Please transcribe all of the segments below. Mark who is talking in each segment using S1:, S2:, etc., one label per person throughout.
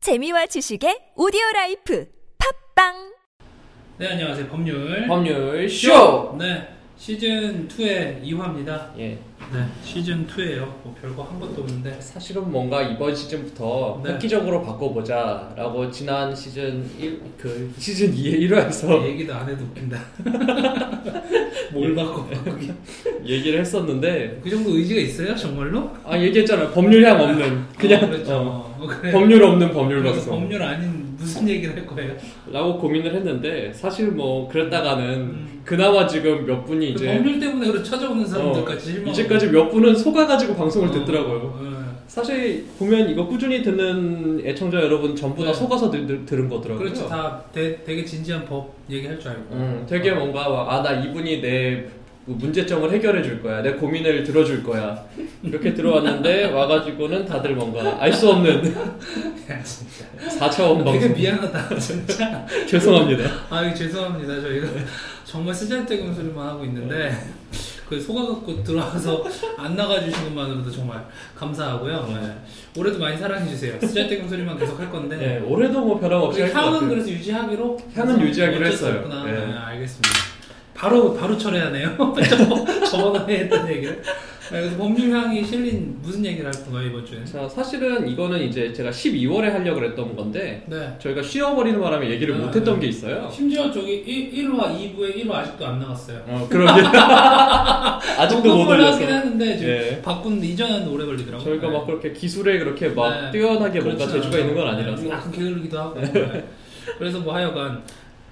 S1: 재미와 지식의 오디오 라이프 팝빵
S2: 네 안녕하세요 법률
S3: 법률 쇼!
S2: 네 시즌 2의 2화입니다
S3: 예.
S2: 네 시즌 2예요 뭐 별거 한 것도 없는데
S3: 사실은 뭔가 이번 시즌부터
S2: 네.
S3: 획기적으로 바꿔보자라고 지난 시즌 1, 그 시즌 2의 1화에서
S2: 얘기도 안 해도 웃긴다 뭘 바꿔 바꾸기
S3: 얘기를 했었는데
S2: 그 정도 의지가 있어요 정말로?
S3: 아 얘기했잖아요 법률향 없는 그냥
S2: 어, 그렇죠
S3: 어,
S2: 어, 그래.
S3: 법률 음. 없는
S2: 그래서
S3: 법률로서
S2: 법률 아닌 무슨 얘기를 할 거예요
S3: 라고 고민을 했는데 사실 뭐 그랬다가는
S2: 음.
S3: 그나마 지금 몇 분이
S2: 그
S3: 이제 어,
S2: 법률 때문에 그런 찾아오는 사람들까지 실망
S3: 이제까지 몇 분은 속아가지고
S2: 어.
S3: 방송을 듣더라고요 사실 보면 이거 꾸준히 듣는 애청자 여러분 전부 다
S2: 네.
S3: 속아서 들, 들- 들은 거더라고요
S2: 그렇죠 다 되, 되게 진지한 법 얘기할 줄 알고 어,
S3: 음, 되게 뭔가 아 나 이분이 내 문제점을 해결해 줄 거야 내 고민을 들어줄 거야 이렇게 들어왔는데 와가지고는 다들 뭔가 알 수 없는
S2: 야, 진짜
S3: 4차원
S2: 되게
S3: 어, 방송
S2: 미안하다 진짜
S3: 죄송합니다
S2: 아 죄송합니다 저희가 정말 쓰잘데없는 소리만 하고 있는데 그 속아갖고 들어와서 안 나가주신 것만으로도 정말 감사하고요 네. 올해도 많이 사랑해주세요 쓰잘데없는 소리만 계속 할 건데
S3: 네, 올해도 뭐 변함없이
S2: 우리
S3: 할 것 같아요
S2: 향은 그래서 유지하기로
S3: 향은 유지하기로
S2: 어쩔 수
S3: 했어요.
S2: 없구나.
S3: 예.
S2: 네, 알겠습니다 바로 바로 철회하네요 저번- 저번에 했던 얘기를 네, 그래서 법률 향이 실린 무슨 얘기를 할 건가요 이번 주에
S3: 자 사실은 이거는 이제 제가 12월에 하려고 그랬던 건데
S2: 네
S3: 저희가 쉬어버리는 바람에 얘기를
S2: 아,
S3: 못했던
S2: 네.
S3: 게 있어요
S2: 심지어 저기 1, 1화 2부에 1화 아직도 안 나갔어요
S3: 어 그럼요 아직도 못
S2: 녹음을
S3: 올려서
S2: 하긴 했는데 지금
S3: 예.
S2: 바꾼 이전에는 오래 걸리더라고요.
S3: 저희가 막 그렇게 기술에 그렇게 막
S2: 네.
S3: 뛰어나게 뭔가
S2: 그렇진
S3: 재주가
S2: 않아요.
S3: 있는 건
S2: 네,
S3: 아니라서
S2: 약간 게으르기도 하고. 네. 그래서 뭐 하여간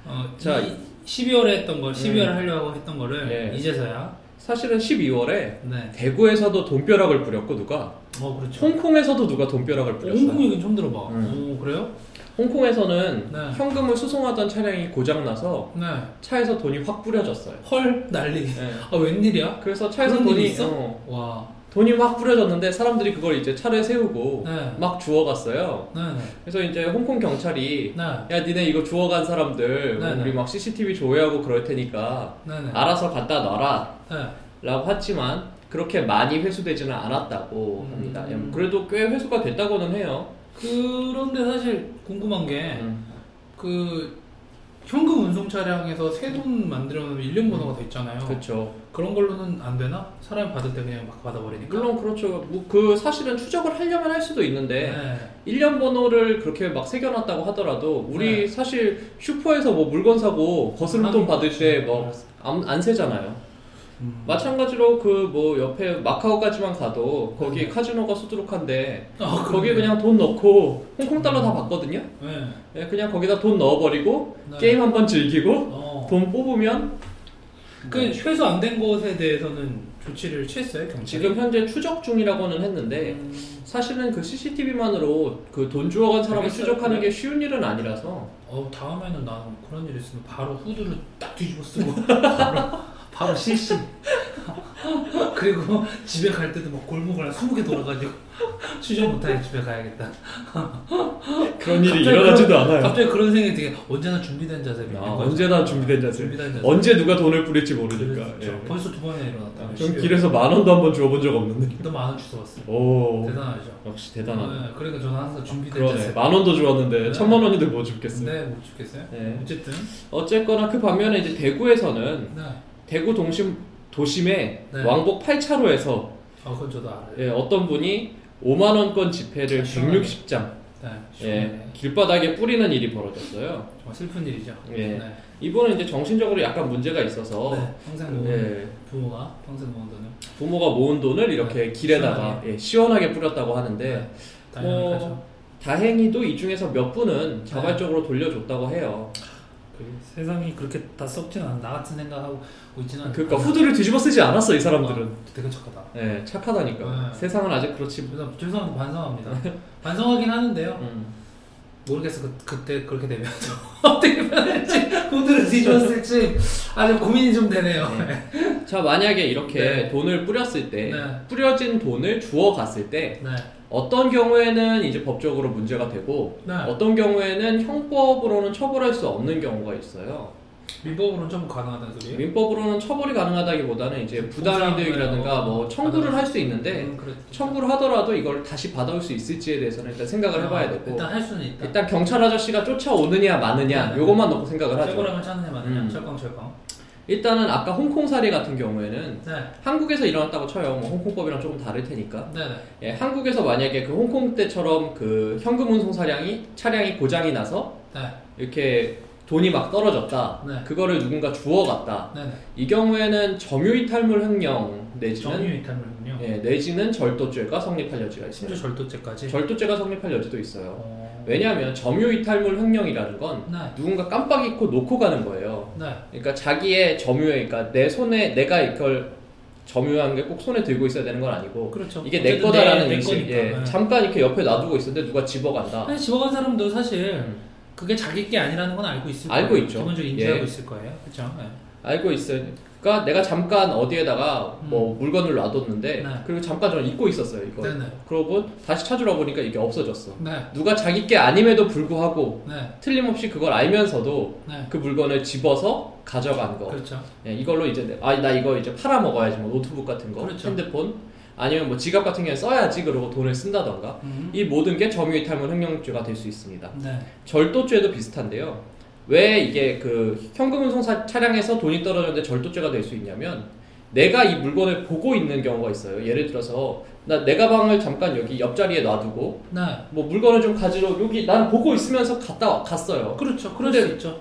S2: 어,
S3: 자,
S2: 이- 12월에 했던 걸 12월에 하려고 했던 거를
S3: 음. 예.
S2: 이제서야.
S3: 사실은 12월에
S2: 네.
S3: 대구에서도 돈벼락을 부렸고 누가
S2: 어 그렇죠.
S3: 홍콩에서도 누가 돈벼락을
S2: 홍콩
S3: 부렸어요.
S2: 얘기는 처음 들어봐.
S3: 음.
S2: 오 그래요?
S3: 홍콩에서는
S2: 네.
S3: 현금을 수송하던 차량이 고장나서
S2: 네.
S3: 차에서 돈이 확 뿌려졌어요.
S2: 헐 난리.
S3: 예.
S2: 아 웬일이야?
S3: 그래서 차에서
S2: 그런 일이
S3: 돈이
S2: 있어?
S3: 어,
S2: 와.
S3: 돈이 확 뿌려졌는데 사람들이 그걸 이제 차를 세우고
S2: 네.
S3: 막 주워갔어요.
S2: 네. 네.
S3: 그래서 이제 홍콩 경찰이
S2: 네.
S3: 야 니네 이거 주워간 사람들
S2: 네, 네.
S3: 우리 막 CCTV 조회하고 그럴 테니까
S2: 네. 네.
S3: 알아서 갖다 놔라
S2: 네.
S3: 라고 했지만 그렇게 많이 회수되지는 않았다고
S2: 음.
S3: 합니다. 음, 그래도 꽤 회수가 됐다고는 해요.
S2: 그런데 사실 궁금한 게
S3: 음.
S2: 그 현금 운송 차량에서 새 돈 만들어 놓으면 일련 번호가 돼 있잖아요.
S3: 그렇죠.
S2: 그런 걸로는 안 되나? 사람이 받을 때 그냥 막 받아버리니까.
S3: 물론 그렇죠. 뭐 그 사실은 추적을 하려면 할 수도 있는데
S2: 네.
S3: 일 1년 번호를 그렇게 막 새겨놨다고 하더라도 우리
S2: 네. 음.
S3: 사실 슈퍼에서 뭐 물건 사고 거스름돈
S2: 아니,
S3: 받을 때뭐안 안 세잖아요.
S2: 음.
S3: 마찬가지로 그 뭐 옆에 마카오까지만 가도 거기
S2: 네.
S3: 카지노가 수두룩한데
S2: 아, 그러네.
S3: 거기에
S2: 음.
S3: 그냥 돈 넣고 홍콩 달러 다 받거든요.
S2: 네.
S3: 예, 그냥 거기다 돈 넣어버리고
S2: 네.
S3: 게임 한 번 즐기고
S2: 어.
S3: 돈 뽑으면
S2: 그
S3: 네.
S2: 회수 안 된 것에 대해서는 조치를 취했어요 경찰이.
S3: 지금 현재 추적 중이라고는 했는데
S2: 음.
S3: 사실은 그 CCTV만으로 그 돈 주워간 사람을
S2: 알겠어요. 네.
S3: 추적하는 게 쉬운 일은 아니라서
S2: 어 다음에는 나는 그런 일 있으면 바로 후드를 딱 뒤집어 쓰고 바로, 바로 실시. 그리고 집에 갈 때도 막 골목을 한 20개 돌아가지고 추적 못하게 집에 가야겠다.
S3: 그런
S2: 갑자기 그런- 갑자기 그런 생각이 되게 언제나 준비된 자세로.
S3: 아, 언제나 준비된 자세.
S2: 준비된 자세.
S3: 언제 누가 돈을 뿌릴지 모르니까.
S2: 그러니까
S3: 예. 아,
S2: 벌써 두 번이나 일어났다.
S3: 전 길에서 만 원도 한 번 주워본 적 없는데.
S2: 너무 많은 주워왔어.
S3: 오
S2: 대단하죠.
S3: 역시 대단하네.
S2: 네, 그러니까 저는 항상 준비된
S3: 아, 그러네.
S2: 자세.
S3: 만 원도 주웠는데
S2: 네.
S3: 천만 원인데 뭐 줍겠어요.
S2: 네, 못 죽겠어요.
S3: 네.
S2: 어쨌든.
S3: 어쨌거나 그 반면에 이제 대구에서는
S2: 네.
S3: 대구 동심 도심의
S2: 네.
S3: 왕복 8차로에서
S2: 아, 그건 저도 알아요.
S3: 예, 어떤 분이 5만 원권 지폐를
S2: 아, 시원하네.
S3: 160장
S2: 네. 시원하네.
S3: 예, 길바닥에 뿌리는 일이 벌어졌어요.
S2: 정말 슬픈 일이죠.
S3: 예.
S2: 네.
S3: 이분은 이제 정신적으로 약간 문제가 있어서
S2: 네, 평생 모은
S3: 예,
S2: 부모가 평생 모은 돈을
S3: 부모가 모은 돈을 이렇게
S2: 네,
S3: 길에다가 예, 시원하게 뿌렸다고 하는데
S2: 네.
S3: 뭐,
S2: 다양하죠.
S3: 다행히도 이 중에서 몇 분은 자발적으로 돌려줬다고 해요.
S2: 그 세상이 그렇게 다 썩진 않아. 나 같은 생각하고 있지는
S3: 그러니까 후드를 뒤집어 쓰지 않았어 이 사람들은.
S2: 아, 되게 착하다.
S3: 예, 착하다니까.
S2: 네.
S3: 세상은 아직 그렇지.
S2: 죄송- 죄송합니다. 반성합니다. 반성하긴 하는데요.
S3: 음.
S2: 모르겠어 그, 그때 그렇게 되면 어떻게 변할지 후드를 뒤집었을지 아주 고민이 좀 되네요 네.
S3: 자 만약에 이렇게
S2: 네.
S3: 돈을 뿌렸을 때
S2: 네.
S3: 뿌려진 돈을 주워 갔을 때
S2: 네.
S3: 어떤 경우에는 이제 법적으로 문제가 되고
S2: 네.
S3: 어떤 경우에는 형법으로는 처벌할 수 없는 경우가 있어요.
S2: 민법으로는 좀 가능하다는 소리예요?
S3: 민법으로는 처벌이 가능하다기보다는 이제 그렇죠. 부당이득이라든가 뭐 청구를 할 수 있는데
S2: 음, 그렇죠.
S3: 청구를 하더라도 이걸 다시 받아올 수 있을지에 대해서는 아, 일단 그러니까. 네, 생각을 해봐야 되고
S2: 아, 일단 할 수는 있다.
S3: 일단 경찰 아저씨가 쫓아오느냐 마느냐 요것만 놓고 생각을 하죠.
S2: 철거라면 찾는 애 맞느냐?
S3: 그렇죠. 음.
S2: 철광 철광.
S3: 일단은 아까 홍콩 사례 같은 경우에는
S2: 네,
S3: 한국에서 일어났다고 쳐요. 뭐 홍콩법이랑 조금 다를 테니까.
S2: 네, 네.
S3: 예, 한국에서 만약에 그 홍콩 때처럼 그 현금 운송 차량이 차량이 고장이 나서
S2: 네,
S3: 이렇게 돈이 막 떨어졌다.
S2: 네.
S3: 그거를 누군가 주워갔다.
S2: 네, 네.
S3: 이 경우에는 점유이탈물 횡령
S2: 정유
S3: 내지는
S2: 이탈물군요.
S3: 예, 내지는 절도죄가 성립할 여지가
S2: 심지어
S3: 있습니다.
S2: 절도죄까지.
S3: 절도죄가 성립할 여지도 있어요.
S2: 어...
S3: 왜냐하면 점유이탈물 횡령이라는 건
S2: 네,
S3: 누군가 깜빡 잊고 놓고 가는 거예요.
S2: 네.
S3: 그러니까 자기의 점유에, 그러니까 내 손에 내가 이걸 점유한 게 꼭 손에 들고 있어야 되는 건 아니고
S2: 그렇죠.
S3: 이게 내
S2: 어쨌든
S3: 거다라는
S2: 내
S3: 인식,
S2: 거니까.
S3: 예,
S2: 네.
S3: 잠깐 이렇게 옆에 놔두고 있었는데 누가 집어간다.
S2: 아니, 집어간 사람도 사실
S3: 음.
S2: 그게 자기 게 아니라는 건 알고 있을
S3: 알고
S2: 거예요.
S3: 있죠.
S2: 기본적으로 인지하고
S3: 예.
S2: 있을 거예요. 그렇죠. 네.
S3: 알고 있으니까 내가 잠깐 어디에다가 뭐 물건을 놔뒀는데
S2: 음. 네.
S3: 그리고 잠깐 저는 잊고 있었어요 이거.
S2: 네, 네.
S3: 그러고 다시 찾으러 보니까 이게 없어졌어.
S2: 네,
S3: 누가 자기 게 아님에도 불구하고
S2: 네,
S3: 틀림없이 그걸 알면서도
S2: 네.
S3: 그 물건을 집어서 가져간 거.
S2: 그렇죠.
S3: 예, 이걸로 이제 아 나 이거 이제 팔아 먹어야지 뭐 노트북 같은 거,
S2: 그렇죠.
S3: 핸드폰 아니면 뭐 지갑 같은 경우 써야지 그러고 돈을 쓴다던가
S2: 음.
S3: 이 모든 게 점유이탈물 횡령죄가 될 수 있습니다.
S2: 네,
S3: 절도죄도 비슷한데요. 왜 이게 그 현금운송 사- 차량에서 돈이 떨어졌는데 절도죄가 될 수 있냐면 내가 이 물건을 보고 있는 경우가 있어요. 예를 들어서 나 내 가방을 잠깐 여기 옆자리에 놔두고
S2: 네.
S3: 뭐 물건을 좀 가지러 여기 난 보고 있으면서 갔다 와- 갔어요.
S2: 그렇죠. 그럴
S3: 근데-
S2: 수 있죠.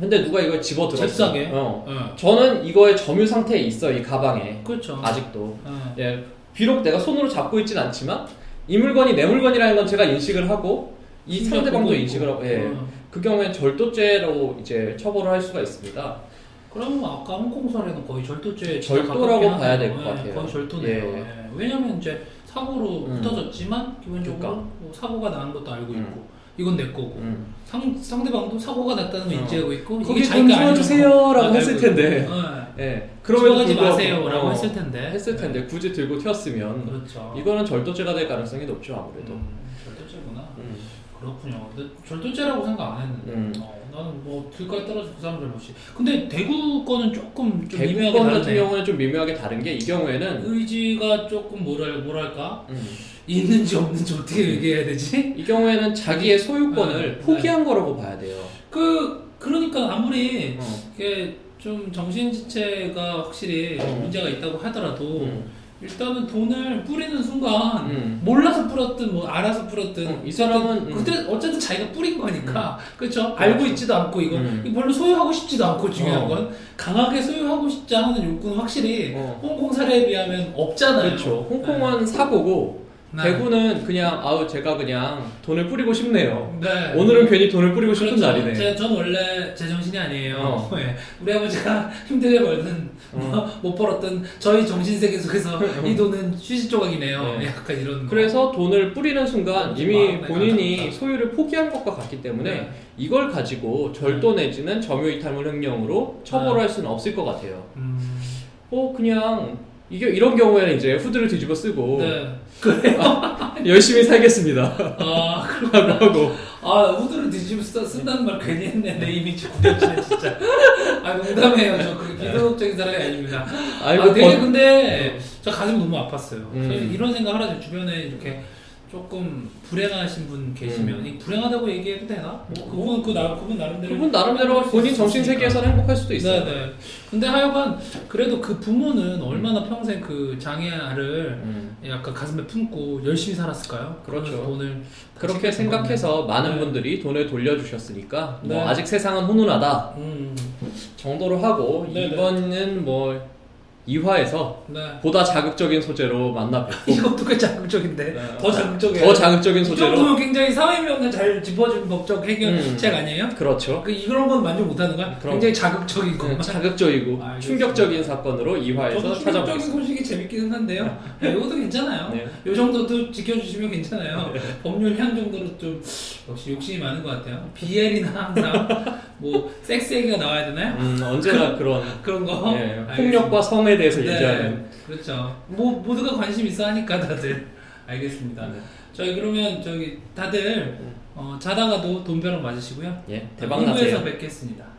S3: 근데 누가 이걸 집어 들었어?
S2: 잽싸게?
S3: 어.
S2: 네.
S3: 저는 이거의 점유 상태에 있어 이 가방에
S2: 그렇죠.
S3: 아직도
S2: 네.
S3: 예, 비록 내가 손으로 잡고 있진 않지만 이 물건이 내 물건이라는 건 제가 인식을 하고 이
S2: 심지어
S3: 상대방도
S2: 네. 보고 있고.
S3: 인식을 하고 예.
S2: 어.
S3: 그 경우에 절도죄로 이제 처벌을 할 수가 있습니다.
S2: 그럼 아까 홍콩 사례는 거의 절도죄에 진짜
S3: 절도라고
S2: 가깝긴
S3: 봐야
S2: 하네요.
S3: 될것
S2: 예,
S3: 같아요.
S2: 거의 절도네요.
S3: 예.
S2: 예. 왜냐면 이제 사고로
S3: 음.
S2: 흩어졌지만 기본적으로
S3: 그러니까.
S2: 뭐 사고가 난 것도 알고
S3: 음.
S2: 있고 이건 내 거고
S3: 음.
S2: 상, 상대방도 사고가 났다는 걸
S3: 어.
S2: 인지하고 있고
S3: 거기
S2: 이게 자기가
S3: 돈
S2: 아닌
S3: 주워주세요라고
S2: 거고. 아,
S3: 했을
S2: 알고
S3: 텐데.
S2: 있고. 예.
S3: 예. 그럼에도
S2: 그러지
S3: 불구하고-
S2: 마세요라고
S3: 어,
S2: 했을 텐데
S3: 했을 텐데 굳이 들고
S2: 예.
S3: 튀었으면
S2: 그렇죠.
S3: 이거는 절도죄가 될 가능성이 높죠 아무래도.
S2: 음, 절도죄구나.
S3: 음.
S2: 그렇군요. 근데 절도죄라고 생각 안 했는데.
S3: 음.
S2: 어, 나는 뭐 길가에 떨어져 그 사람 잘못이. 근데 대구 거는 조금 좀 미묘하게
S3: 대구건 같은
S2: 다르네.
S3: 경우는 좀 미묘하게 다른 게 이 경우에는
S2: 의지가 조금 뭐랄, 뭐랄까
S3: 음.
S2: 있는지 없는지 어떻게 얘기해야 되지?
S3: 이 경우에는 자기의 소유권을
S2: 네.
S3: 포기한 거라고 봐야 돼요.
S2: 그 그러니까 아무리
S3: 어.
S2: 이게 좀 정신지체가 확실히
S3: 어.
S2: 문제가 있다고 하더라도
S3: 음.
S2: 일단은 돈을 뿌리는 순간
S3: 음.
S2: 몰라서 뿌렸든 뭐 알아서 뿌렸든
S3: 어, 이 사람은, 음.
S2: 그때 어쨌든 자기가 뿌린 거니까 그렇죠 알고 있지도 않고 이건
S3: 음.
S2: 이거 별로 소유하고 싶지도 않고 중요한
S3: 어.
S2: 건 강하게 소유하고 싶지 않은 욕구는 확실히
S3: 어.
S2: 홍콩 사례에 비하면 없잖아요.
S3: 그렇죠. 홍콩은 사고고
S2: 네.
S3: 대구는 그냥 아우 제가 그냥 돈을 뿌리고 싶네요.
S2: 네.
S3: 오늘은 괜히 돈을 뿌리고 싶은
S2: 그렇죠.
S3: 날이네.
S2: 제, 전 원래 제정신이 아니에요.
S3: 어.
S2: 예. 우리 아버지가 힘들게 벌든, 뭐,
S3: 어.
S2: 못 벌었던 저희 정신세계 속에서 이 돈은 휴지 조각이네요.
S3: 네.
S2: 약간 이런.
S3: 그래서 돈을 뿌리는 순간
S2: 그렇지,
S3: 이미
S2: 그렇죠. 마음에
S3: 본인이
S2: 가깝다.
S3: 소유를 포기한 것과 같기 때문에
S2: 네.
S3: 이걸 가지고 절도 내지는 점유이탈물 횡령으로
S2: 네.
S3: 처벌할 수는 없을 것 같아요.
S2: 음.
S3: 어 그냥 이게 이런 경우에는 이제 후드를 뒤집어 쓰고
S2: 네.
S3: 열심히 살겠습니다
S2: 아, 그-
S3: 라고 하고
S2: 아, 우드를 뒤집어 쓴- 쓴다는 말 괜히 했네. 내 이미지 구겨지네, 진짜. 아, 농담해요. 저 그렇게 비도덕적인 사람이 아닙니다.
S3: 네. 아이고
S2: 아, 되게
S3: 번-
S2: 근데 저 가슴 너무 아팠어요.
S3: 음.
S2: 사실 이런 생각을 하죠. 주변에 이렇게 조금 불행하신 분 계시면
S3: 음.
S2: 이 불행하다고 얘기해도 되나? 뭐 그분 그 나, 그분 나름대로
S3: 그분 나름대로 본인 정신 세계에서는 행복할 수도 있어요.
S2: 네네. 근데 하여간 그래도 그 부모는 얼마나 평생 그 장애아를
S3: 음.
S2: 약간 가슴에 품고 열심히 살았을까요?
S3: 그렇죠.
S2: 그러면서 돈을
S3: 그렇게
S2: 같이 번
S3: 생각해서 많은
S2: 네.
S3: 분들이 돈을 돌려주셨으니까 뭐
S2: 네.
S3: 아직 세상은 훈훈하다
S2: 거는. 음.
S3: 정도로 하고
S2: 네네.
S3: 이번은 뭐 2화에서
S2: 네.
S3: 보다 자극적인 소재로 만나 뵙고
S2: 이것도 꽤 자극적인데
S3: 네.
S2: 더 자극적이에요.
S3: 더 자극적인
S2: 이
S3: 소재로
S2: 정도면 굉장히 사회명을 잘 짚어준 법적
S3: 음.
S2: 해결책 아니에요?
S3: 그렇죠
S2: 그 이런 건 만족 못하는 거야?
S3: 그럼.
S2: 굉장히 자극적인 것만.
S3: 음, 자극적이고
S2: 네, 아, 알겠습니다.
S3: 충격적인 사건으로
S2: 저도
S3: 2화에서
S2: 충격적인
S3: 찾아뵙겠습니다
S2: 소식이 재밌기는 한데요. 네, 이것도 괜찮아요.
S3: 네.
S2: 이 정도도 지켜주시면 괜찮아요. 법률 향 정도로 좀 역시 욕심이 많은 것 같아요. BL이나 항상 뭐 섹스 얘기가 나와야 되나요?
S3: 음, 언제나 그런
S2: 그런 거.
S3: 예,
S2: 어, 알겠습니다.
S3: 폭력과 성에 대해서 얘기하는
S2: 네, 그렇죠. 뭐 모두가 관심 있어 하니까 다들 알겠습니다.
S3: 네.
S2: 저희 그러면 저기 다들 어, 자다가도 돈벼락 맞으시고요.
S3: 예, 대박
S2: 2부에서
S3: 나세요
S2: 뵙겠습니다.